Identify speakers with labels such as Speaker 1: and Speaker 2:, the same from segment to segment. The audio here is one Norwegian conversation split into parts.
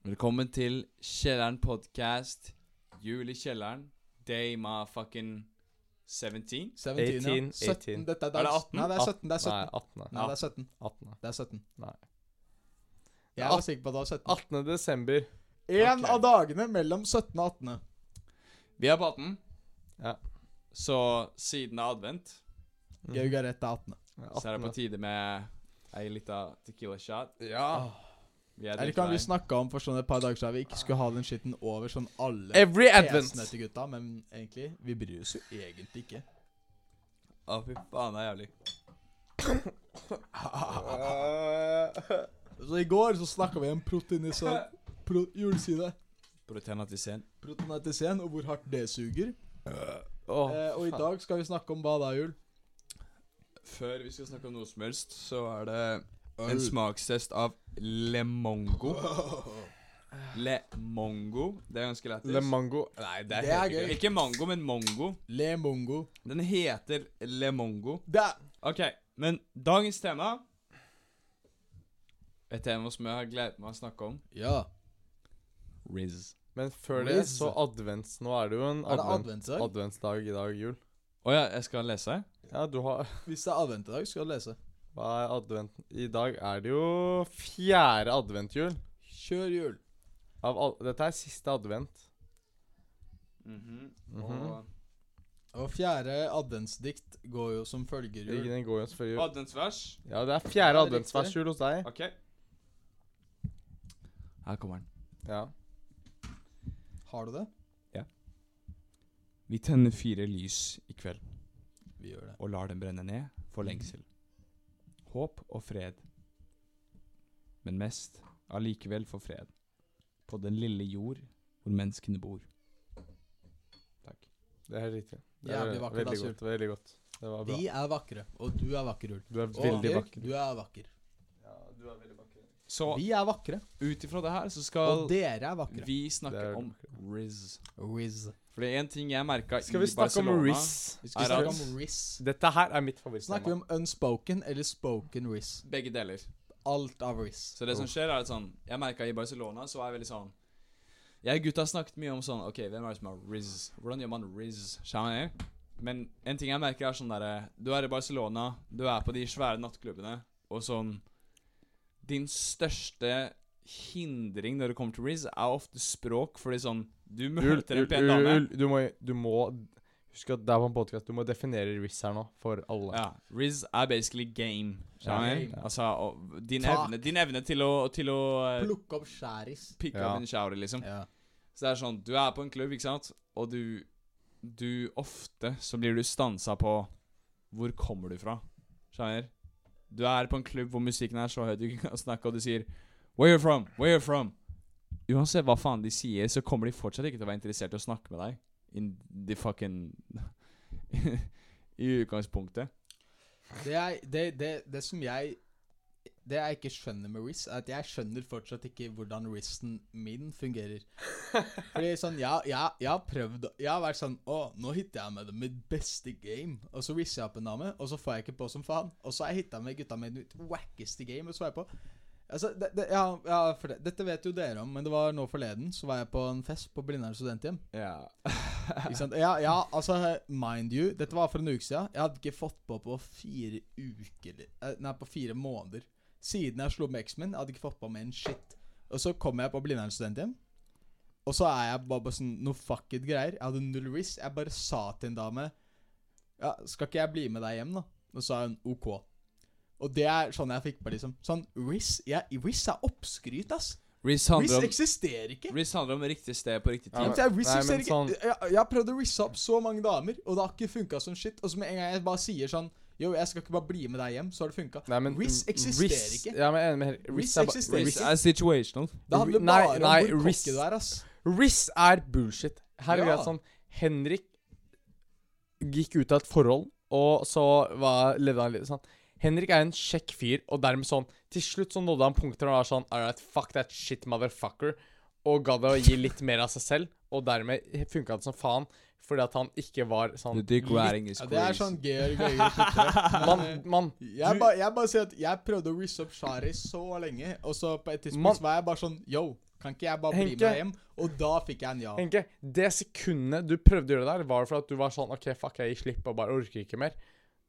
Speaker 1: Velkommen til Kjelleren podcast Jul i kjelleren Day ma fucking 17
Speaker 2: 17,
Speaker 3: 18,
Speaker 2: ja. 17.
Speaker 3: 18.
Speaker 2: Dette er,
Speaker 1: Er det
Speaker 2: dags-
Speaker 1: 18?
Speaker 2: Nei, det er 17. Det er 17.
Speaker 3: Altså, Nei, 18.
Speaker 2: Nei, det er 17.
Speaker 3: 18.
Speaker 2: Det er 17.
Speaker 3: Nei.
Speaker 2: Jeg var sikker på at det var 17.
Speaker 3: 18. desember.
Speaker 2: En
Speaker 1: Ok.
Speaker 2: av dagene mellom 17 og 18.
Speaker 1: Vi er på 18
Speaker 3: Ja.
Speaker 1: Så siden det er advent
Speaker 3: Mhm.
Speaker 2: Georg har rett, det er 18.
Speaker 1: Så er det på
Speaker 3: 18..
Speaker 1: tide med Ei lita tequila shot
Speaker 3: Ja.
Speaker 1: Vi er
Speaker 2: Eller kan vi
Speaker 1: dritklein.
Speaker 2: snakke om for sånn et par dager siden vi ikke skulle ha den skitten over sånn alle
Speaker 3: Every
Speaker 2: fjesene
Speaker 3: advent.
Speaker 2: til gutta, men egentlig Vi bryr oss jo egentlig ikke.
Speaker 1: Å fy faen, det er jævlig
Speaker 2: Så i går så snakka vi om proteinisert pro juleside.
Speaker 1: Proteinatisert
Speaker 2: Proteinatisen og hvor hardt det suger.
Speaker 3: Åh,
Speaker 2: eh, og i
Speaker 3: faen.
Speaker 2: dag skal vi snakke om hva da, Jul?
Speaker 1: Før vi skal snakke om noe som helst Så er det en smakstest av Lemongo Lemongo Det er ganske lættis
Speaker 3: Le mango Nei, det er,
Speaker 2: Det er
Speaker 3: helt
Speaker 2: gøy.
Speaker 3: ikke
Speaker 1: Ikke mango, men mongo
Speaker 2: Le mongo.
Speaker 1: Den heter Lemongo
Speaker 2: Det er
Speaker 1: Ok, men dagens tema Et tema som jeg har gledet meg å snakke om.
Speaker 2: Ja.
Speaker 1: Riz.
Speaker 3: Men før det,
Speaker 2: Whiz.
Speaker 3: så advents. Nå er det jo en
Speaker 2: Er det
Speaker 3: advent,
Speaker 2: adventsdag?
Speaker 3: adventsdag i dag, jul.
Speaker 1: Å ja, jeg skal lese?
Speaker 3: Ja, du har
Speaker 2: Hvis det er advent i dag, skal du lese.
Speaker 3: Hva er adventen? I dag er det jo fjerde adventjul.
Speaker 2: Kjør jul.
Speaker 3: Av al Dette er siste advent. Mhm.
Speaker 2: Og fjerde adventsdikt går jo som følger
Speaker 3: Ikke
Speaker 2: jul.
Speaker 3: den går jo selvfølgelig
Speaker 1: Og adventsvers.
Speaker 3: Ja, det er fjerde
Speaker 2: Ja, det er
Speaker 3: adventsversjul hos deg.
Speaker 1: Ok. Her kommer den.
Speaker 3: Ja.
Speaker 2: Har du det?
Speaker 1: Vi tenner fire lys i kveld
Speaker 2: Vi gjør det.
Speaker 1: og lar dem brenne ned for lengsel. Håp og fred. Men mest allikevel for fred. På den lille jord hvor menneskene bor. Takk.
Speaker 3: Det er helt riktig. Det er
Speaker 2: Jævlig vakkert,
Speaker 3: veldig
Speaker 2: ass, Jul.
Speaker 3: godt. Veldig godt. Det var bra.
Speaker 2: De er vakre, og du er vakker, Jul.
Speaker 3: Du er
Speaker 2: Og
Speaker 3: veldig
Speaker 2: Erik,
Speaker 3: vakker.
Speaker 2: Du er vakker.
Speaker 3: Ja, du er veldig vakker.
Speaker 1: Så
Speaker 2: Vi er vakre,
Speaker 1: ut ifra det her så
Speaker 2: og
Speaker 1: skal
Speaker 2: dere er vakre.
Speaker 1: vi
Speaker 3: Det
Speaker 1: snakke
Speaker 3: er
Speaker 1: om Riz.
Speaker 2: Riz.
Speaker 1: For det er en ting jeg merka i
Speaker 3: Skal vi snakke om
Speaker 1: Barcelona.
Speaker 3: Riz?
Speaker 2: Vi
Speaker 1: Er
Speaker 2: skal
Speaker 1: det-
Speaker 2: snakke om Riz.
Speaker 3: Dette her er mitt
Speaker 2: Snakker vi
Speaker 3: favorittstema.
Speaker 2: om unspoken eller spoken Riz?
Speaker 1: Begge deler.
Speaker 2: Alt av Riz.
Speaker 1: Så det som skjer, er at sånn Jeg merka i Barcelona, så var jeg veldig sånn Jeg og gutta snakket mye om sånn OK, hvem er det som har Riz? Hvordan gjør man Riz? Skjønner du? Men en ting jeg merker, er sånn derre Du er i Barcelona, du er på de svære nattklubbene, og sånn Din største hindring når det kommer til Riz, er ofte språk, fordi sånn Du
Speaker 3: Jul,
Speaker 1: møter
Speaker 3: jul,
Speaker 1: en pen
Speaker 3: jul,
Speaker 1: dame.
Speaker 3: jul, du må, du må Husk at det er på en podcast Du må definere Riz her nå, for alle.
Speaker 1: Ja. Riz er basically game. Skjønner du?
Speaker 2: Game.
Speaker 1: Altså, og din
Speaker 2: Fuck.
Speaker 1: evne, din evne til å, til å eh,
Speaker 2: Plukke opp skjæris.
Speaker 1: pick
Speaker 3: Ja.
Speaker 1: up and shower, liksom.
Speaker 2: Ja.
Speaker 1: Så det er sånn, du er på en klubb, ikke sant? Og du, du ofte så blir du stansa på Hvor kommer du fra? Skjønner? Du er på en klubb hvor musikken er så høy du ikke kan snakke, og du sier Where you from? Where you from? Uansett hva faen de sier, så kommer de fortsatt ikke til å være interessert i å snakke med deg. In the fucking I utgangspunktet.
Speaker 2: Det, er, det, det, det som jeg Det jeg ikke skjønner med Riz, er at jeg skjønner fortsatt ikke hvordan Rizen min fungerer. Fordi sånn, jeg, jeg, jeg har prøvd Jeg har vært sånn Å, nå hitter jeg med det mitt beste game. Og så rizzer jeg opp en dame, og så får jeg ikke på som faen. Og så har jeg hitta med gutta med mitt wackeste game, og så var jeg på. Altså, det, det, ja, ja, for det, Dette vet jo dere om, men det var nå forleden. Så var jeg på en fest på Blindern studenthjem.
Speaker 1: Ja.
Speaker 2: Ikke sant? Ja, ja, altså, mind you, dette var for en uke siden. Jeg hadde ikke fått på på fire uker eh, Nei, på fire måneder. Siden jeg slo med eksen min, jeg hadde ikke fått på med en shit. Og så kommer jeg på Blindern studenthjem, og så er jeg bare på sånn noe fuck it greier. Jeg hadde null risk. Jeg bare sa til en dame Ja, skal ikke jeg bli med deg hjem, da? Og så sa hun OK. Og det er sånn jeg fikk på, liksom. Sånn Riz ja, Riz er oppskryt, ass.
Speaker 1: Riz
Speaker 2: Riz
Speaker 1: handler, om-
Speaker 2: eksisterer ikke.
Speaker 1: Riz handler om riktig sted på riktig
Speaker 3: Ja,
Speaker 1: tid.
Speaker 3: men-
Speaker 2: Jeg, riss-
Speaker 3: nei,
Speaker 2: jeg, ser
Speaker 3: men
Speaker 2: ikke-
Speaker 3: sånn-
Speaker 2: jeg, jeg har prøvd å risse opp så mange damer, og det har ikke funka som shit. Og så med en gang jeg bare sier sånn Yo, jeg skal ikke bare bli med deg hjem, så har det funka.
Speaker 3: Nei, men
Speaker 2: Riz eksisterer ikke.
Speaker 3: Ja, men jeg er enig med Henrik.
Speaker 2: Riz
Speaker 3: Riz er ba-
Speaker 2: eksisterer
Speaker 3: Riz
Speaker 1: Riz
Speaker 2: ikke.
Speaker 1: er situational.
Speaker 2: Det handler
Speaker 3: Ri-
Speaker 2: bare
Speaker 3: nei, nei,
Speaker 2: om hvor
Speaker 3: riss-
Speaker 2: kokke du er, ass.
Speaker 3: Riz er bullshit. Her er
Speaker 2: Ja.
Speaker 3: det sånn Henrik gikk ut av et forhold, og så var, levde han litt sånn Henrik er en kjekk fyr, og dermed sånn Til slutt så nådde han punkter og var sånn All right, fuck that shit, motherfucker. Og gadd å gi litt mer av seg selv, og dermed funka det som faen. Fordi at han ikke var sånn
Speaker 1: The dick riding is
Speaker 2: Ja, det er
Speaker 1: crazy.
Speaker 2: sånn Georg Øyvind Putre.
Speaker 3: Mann, mann.
Speaker 2: Jeg, ba, jeg bare sier at jeg prøvde å risse opp Shari så lenge, og så på et tidspunkt
Speaker 3: Man-
Speaker 2: så var jeg bare sånn Yo, Kan ikke jeg bare bli
Speaker 3: Henke.
Speaker 2: med hjem? Og da fikk jeg en ja.
Speaker 3: Henke, det sekundet du prøvde å gjøre det der, var for at du var sånn OK, fuck, jeg gir slipp og bare orker ikke mer.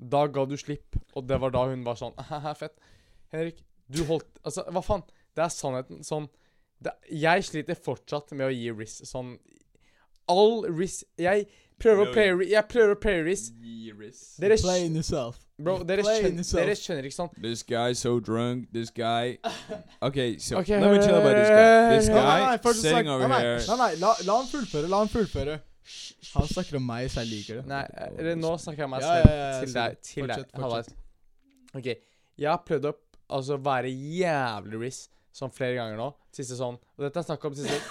Speaker 3: Da ga du slipp, og det var da hun var sånn Haha, fett. Henrik, du holdt Altså, hva faen? Det er sannheten. Sånn det, Jeg sliter fortsatt med å gi riss. Sånn All riss Jeg prøver å play, jeg prøver å play riss.
Speaker 1: Years.
Speaker 3: Dere,
Speaker 2: Play
Speaker 3: skj-
Speaker 2: in yourself.
Speaker 3: bro, dere,
Speaker 2: Play
Speaker 3: skjønner,
Speaker 2: yourself.
Speaker 3: dere skjønner ikke sånn
Speaker 1: This guy so drunk. This guy. Okay, so
Speaker 3: Okay,
Speaker 1: let me tell about this guy. This guy
Speaker 2: Nei,
Speaker 3: Nei,
Speaker 2: nei, nei, først så
Speaker 1: sitting
Speaker 2: snak-
Speaker 1: over
Speaker 2: nei, nei,
Speaker 1: here.
Speaker 2: Nei, nei, la, la han fullføre. La han fullføre. Han snakker om meg, så jeg liker det.
Speaker 3: Nei, eller nå snakker jeg meg
Speaker 2: eh, Ja,
Speaker 3: selv
Speaker 2: ja, ja,
Speaker 3: til
Speaker 2: sorry.
Speaker 3: deg. Til deg.
Speaker 2: Fortsett,
Speaker 3: Hallais. Ok, jeg har prøvd å altså, være jævlig riss sånn flere ganger nå. Siste sånn. Og dette er snakk om siste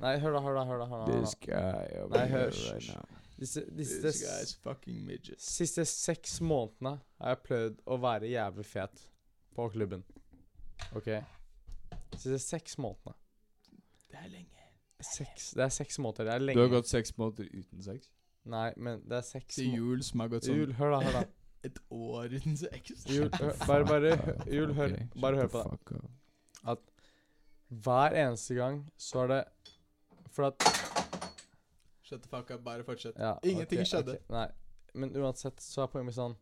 Speaker 3: Nei, hør da, hør da, hør da. Hør da, hør
Speaker 1: This
Speaker 3: da.
Speaker 1: guy over
Speaker 3: Nei,
Speaker 1: here
Speaker 3: hysj,
Speaker 1: right
Speaker 3: hysj.
Speaker 1: now.
Speaker 3: Disse, disse,
Speaker 2: This guy's fucking midget.
Speaker 3: siste seks månedene har jeg prøvd å være jævlig fet på klubben. OK? Siste seks månedene.
Speaker 2: Det er lenge.
Speaker 3: Seks, det er seks måneder. Det er lenge.
Speaker 1: Du har gått seks måneder uten sex?
Speaker 3: Nei, men det er seks
Speaker 2: Til
Speaker 3: måneder.
Speaker 2: jul som har gått sånn
Speaker 3: Jul, hør da, hør da.
Speaker 2: et år uten sex.
Speaker 3: Jul, hør, bare, bare, hø- jul, hør,
Speaker 1: Okay, shut
Speaker 3: bare hør
Speaker 1: the
Speaker 3: på det.
Speaker 1: fuck up.
Speaker 3: Hver eneste gang så er det For at
Speaker 2: Shut the fuck up, bare fortsett.
Speaker 3: ja,
Speaker 2: Ingenting
Speaker 3: ok,
Speaker 2: skjedde.
Speaker 3: ok, Nei. Men uansett så er poenget mitt sånn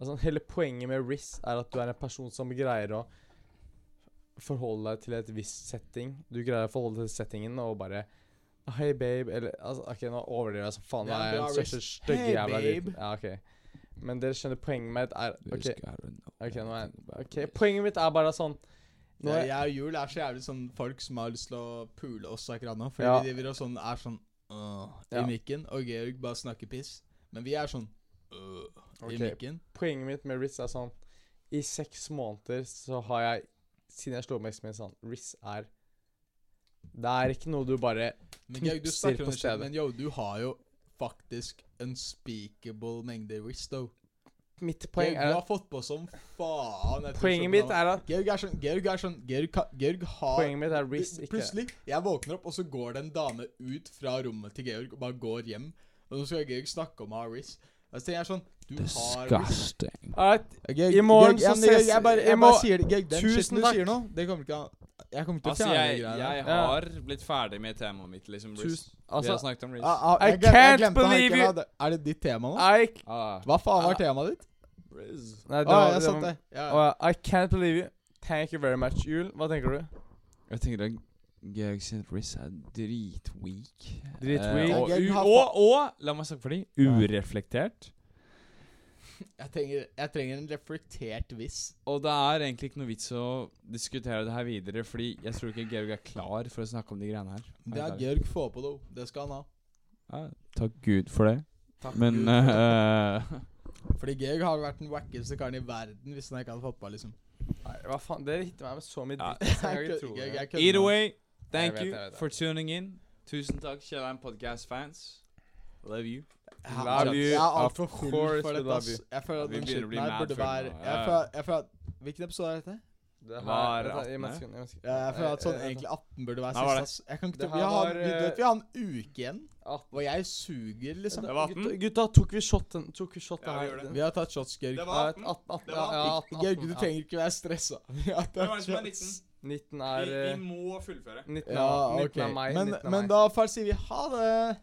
Speaker 3: altså, Hele poenget med RIS er at du er en person som greier å forholde deg til et visst setting. Du greier å forholde deg til settingen og bare Hei, babe. Eller altså, OK, nå overdriver jeg som faen.
Speaker 2: Det er
Speaker 3: Jeg er
Speaker 2: bra
Speaker 3: den største
Speaker 2: RIS.
Speaker 3: stygge
Speaker 2: Hey,
Speaker 3: jævla dritten.
Speaker 2: babe.
Speaker 3: Ja, OK. Men dere skjønner poenget mitt er
Speaker 1: This
Speaker 3: OK,
Speaker 1: guy don't know
Speaker 3: ok, nå er,
Speaker 1: anything about
Speaker 3: ok,
Speaker 1: this.
Speaker 3: poenget mitt er bare sånn
Speaker 2: Nå,
Speaker 3: Nå er-
Speaker 2: jeg og Jul er så jævlig sånn folk som har lyst til å pule oss akkurat nå. Fordi
Speaker 3: Ja.
Speaker 2: de driver og sånn, er sånn øh, i
Speaker 3: Ja.
Speaker 2: mikken, og Georg bare snakker piss. Men vi er sånn øh,
Speaker 3: Ok.
Speaker 2: i mikken.
Speaker 3: poenget mitt med Riz er sånn I seks måneder så har jeg Siden jeg slo opp med eksen min, sånn Riz er Det er ikke noe du bare
Speaker 2: Men Georg, du
Speaker 3: Knipser
Speaker 2: snakker
Speaker 3: på
Speaker 2: om det,
Speaker 3: stedet.
Speaker 2: shit, men yo, du har jo faktisk unspeakable mengde wrist, though.
Speaker 3: Mitt
Speaker 2: Georg,
Speaker 3: poeng
Speaker 2: du
Speaker 3: er
Speaker 2: har
Speaker 3: at
Speaker 2: fått på som faen. etter
Speaker 3: Poenget mitt
Speaker 2: København.
Speaker 3: er at
Speaker 2: Georg er sånn Georg er sånn Georg, ka- Georg har
Speaker 3: Poenget mitt er Riz
Speaker 2: Pl-
Speaker 3: ikke
Speaker 2: Plutselig, jeg våkner opp, og så går det en dame ut fra rommet til Georg og bare går hjem. Og så skal Georg snakke om å ha Riz. Og så tenker jeg sånn Du har Riz.
Speaker 1: Disgusting.
Speaker 3: Alright,
Speaker 2: Georg,
Speaker 3: I morgen
Speaker 2: Georg, ja,
Speaker 3: så
Speaker 2: men Georg,
Speaker 3: ses-
Speaker 2: jeg bare,
Speaker 3: i
Speaker 2: jeg
Speaker 3: morgen-
Speaker 2: bare sier det. Georg, den
Speaker 3: Tusen
Speaker 2: shitten du
Speaker 3: takk.
Speaker 2: sier nå, det kommer ikke an Jeg kommer ikke
Speaker 1: Altså,
Speaker 2: til å fjerne
Speaker 1: jeg,
Speaker 2: de greiene.
Speaker 1: jeg
Speaker 3: Ja.
Speaker 1: har blitt ferdig med temaet mitt, liksom. Riz.
Speaker 3: Tusen-
Speaker 1: Vi har
Speaker 3: altså
Speaker 1: snakket om Riz.
Speaker 2: Ah, ah,
Speaker 3: I
Speaker 2: jeg glem- jeg
Speaker 3: can't
Speaker 2: glemte å ha-
Speaker 3: believe you-
Speaker 2: ikke ha det. Er det ditt tema nå?
Speaker 3: I c-
Speaker 1: Ah,
Speaker 2: Hva faen
Speaker 3: Ah.
Speaker 2: var temaet ditt?
Speaker 1: Riz.
Speaker 3: Nei,
Speaker 2: Å,
Speaker 3: det var,
Speaker 2: Ah, jeg
Speaker 3: det
Speaker 2: satt
Speaker 3: var
Speaker 2: det. Ja.
Speaker 3: Å, I can't believe you. Thank you very much. Jul, hva tenker du?
Speaker 1: Jeg tenker at Georg sin Riz er dritweak.
Speaker 3: Dritweak.
Speaker 1: Eh, og,
Speaker 2: Georg
Speaker 1: u-
Speaker 2: har
Speaker 1: og, og, la meg snakke for dem, ureflektert.
Speaker 2: Jeg, trenger, jeg trenger en reflektert viss.
Speaker 1: Og det er egentlig ikke noe vits å diskutere det her videre, fordi jeg tror ikke Georg er klar for å snakke om de greiene her.
Speaker 2: Det er
Speaker 1: Helt ærlig.
Speaker 2: Georg får på do. Det skal han ha.
Speaker 1: Ja, takk Gud for det.
Speaker 2: Takk
Speaker 1: Men
Speaker 2: Gud.
Speaker 1: eh,
Speaker 2: Fordi Georg har vært den wackeste karen i verden hvis han ikke hadde fotball, liksom.
Speaker 3: Nei, hva faen? Dere hitter meg med så mye
Speaker 1: Ja.
Speaker 3: dritt. Jeg kan
Speaker 2: Jeg
Speaker 3: ikke
Speaker 2: kødder
Speaker 3: tro
Speaker 2: ikke, jeg-
Speaker 3: det.
Speaker 2: jeg kødder
Speaker 1: Either
Speaker 2: med han.
Speaker 1: way,
Speaker 3: Jeg
Speaker 1: thank
Speaker 3: vet,
Speaker 1: you
Speaker 3: jeg vet det.
Speaker 1: for tuning in. Tusen takk, Kjellheim Podcast-fans. Love you.
Speaker 2: Ja,
Speaker 3: Love
Speaker 2: men
Speaker 3: you,
Speaker 2: Jeg er altfor
Speaker 3: of
Speaker 2: full
Speaker 3: course
Speaker 2: for
Speaker 3: we
Speaker 2: dette.
Speaker 3: love
Speaker 2: ass.
Speaker 3: you.
Speaker 2: Jeg føler at
Speaker 1: Vi
Speaker 2: den
Speaker 1: begynner å bli
Speaker 2: skitten her
Speaker 1: mad
Speaker 2: burde
Speaker 1: for
Speaker 2: være
Speaker 1: nå, ja.
Speaker 2: jeg føler, jeg føler at Hvilken episode er dette?
Speaker 3: Det her-
Speaker 1: Var
Speaker 3: vent da, gi
Speaker 1: 18,
Speaker 3: meg et sekund, gi meg et sekund.
Speaker 2: Ja, Jeg føler at sånn
Speaker 3: Eh,
Speaker 2: egentlig 18 burde være
Speaker 1: Nei, var
Speaker 2: sist,
Speaker 1: det?
Speaker 2: ass. Jeg kan ikke tro
Speaker 3: Det her
Speaker 2: vi har,
Speaker 3: var,
Speaker 2: vi, du vet, vi har en uke igjen,
Speaker 3: 18.
Speaker 2: og jeg suger, liksom.
Speaker 1: Det var 18.
Speaker 3: Gutta, gutta, tok vi shoten? Tok vi shoten
Speaker 1: Ja, vi
Speaker 3: her?
Speaker 1: gjorde det.
Speaker 2: Vi har tatt shots, Georg.
Speaker 1: Det
Speaker 3: Ja,
Speaker 1: var
Speaker 3: et
Speaker 1: 18.
Speaker 3: 18, 18,
Speaker 1: Det var
Speaker 3: ja, 18,
Speaker 2: Georg, du
Speaker 3: 18,
Speaker 2: trenger ikke være stressa. Vi
Speaker 1: Hvem
Speaker 2: har
Speaker 1: er det
Speaker 2: tatt
Speaker 1: som er
Speaker 2: shots.
Speaker 1: 19?
Speaker 3: 19
Speaker 1: Vi,
Speaker 3: er
Speaker 1: vi
Speaker 3: eh,
Speaker 1: må fullføre.
Speaker 3: 19 er,
Speaker 2: Ja,
Speaker 3: 19
Speaker 2: ok.
Speaker 3: er meg.
Speaker 2: Men,
Speaker 3: 19 er
Speaker 2: men
Speaker 3: meg.
Speaker 2: da får jeg si vi ha det.